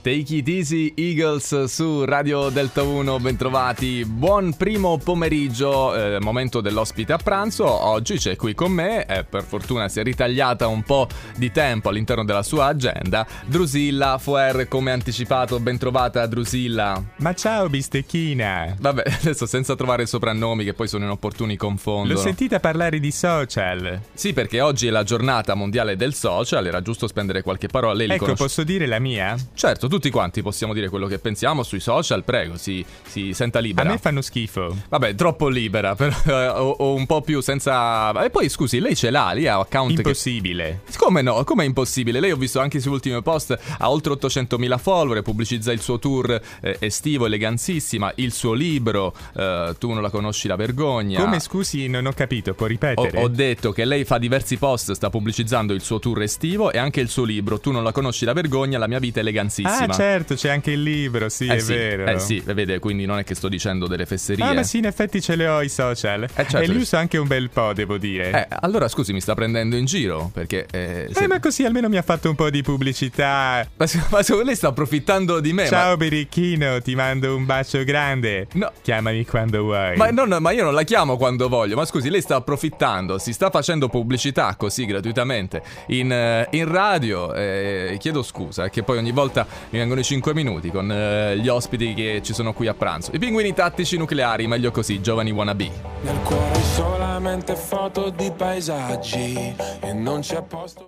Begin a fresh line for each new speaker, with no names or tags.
Take It Easy Eagles su Radio Delta 1, bentrovati, buon primo pomeriggio, eh, momento dell'ospite a pranzo, oggi c'è qui con me, eh, per fortuna si è ritagliata un po' di tempo all'interno della sua agenda, Drusilla Fuer come anticipato, bentrovata Drusilla.
Ma ciao bistecchina!
Vabbè, adesso senza trovare soprannomi che poi sono inopportuni confondono.
L'ho sentita parlare di social.
Sì, perché oggi è la giornata mondiale del social, era giusto spendere qualche parola, lei li
Ecco,
conosce-
posso dire la mia?
Certo, tutti quanti possiamo dire quello che pensiamo sui social, prego, si, si senta
A
libera.
me fanno schifo.
Vabbè, troppo libera, però, eh, o, o un po' più senza... E poi, scusi, lei ce l'ha lì, ha account che...
Impossibile.
Come no? Come è impossibile? Lei ho visto anche sull'ultimo post, ha oltre 800.000 follower, pubblicizza il suo tour eh, estivo, eleganzissima, il suo libro, eh, Tu non la conosci la vergogna.
Come scusi, non ho capito, può
Ho,
ripetere?
ho detto che lei fa diversi post, sta pubblicizzando il suo tour estivo e anche il suo libro, Tu non la conosci la vergogna, la mia vita eleganzissima.
ah, certo, c'è anche il libro, sì,
Eh
è
sì,
vero.
Eh sì, vede, quindi non è che sto dicendo delle fesserie.
Ah, ma sì, in effetti ce le ho i social.
certo.
e li uso anche un bel po', devo dire.
Eh, allora scusi, mi sta prendendo in giro, perché... eh,
Eh,
se-
ma così almeno mi ha fatto un po' di pubblicità.
Ma se- ma se lei sta approfittando di me,
Ciao Birichino, ti mando un bacio grande.
No.
Chiamami quando vuoi.
ma... ma non- ma io non la chiamo quando voglio, ma scusi, lei sta approfittando, si sta facendo pubblicità così gratuitamente in, eh, in radio. eh, chiedo scusa, che poi ogni volta mi vengono i 5 minuti con eh, gli ospiti che ci sono qui a pranzo. I pinguini tattici nucleari, meglio così, giovani wannabe.
Nel cuore solamente foto di paesaggi e non c'è posto.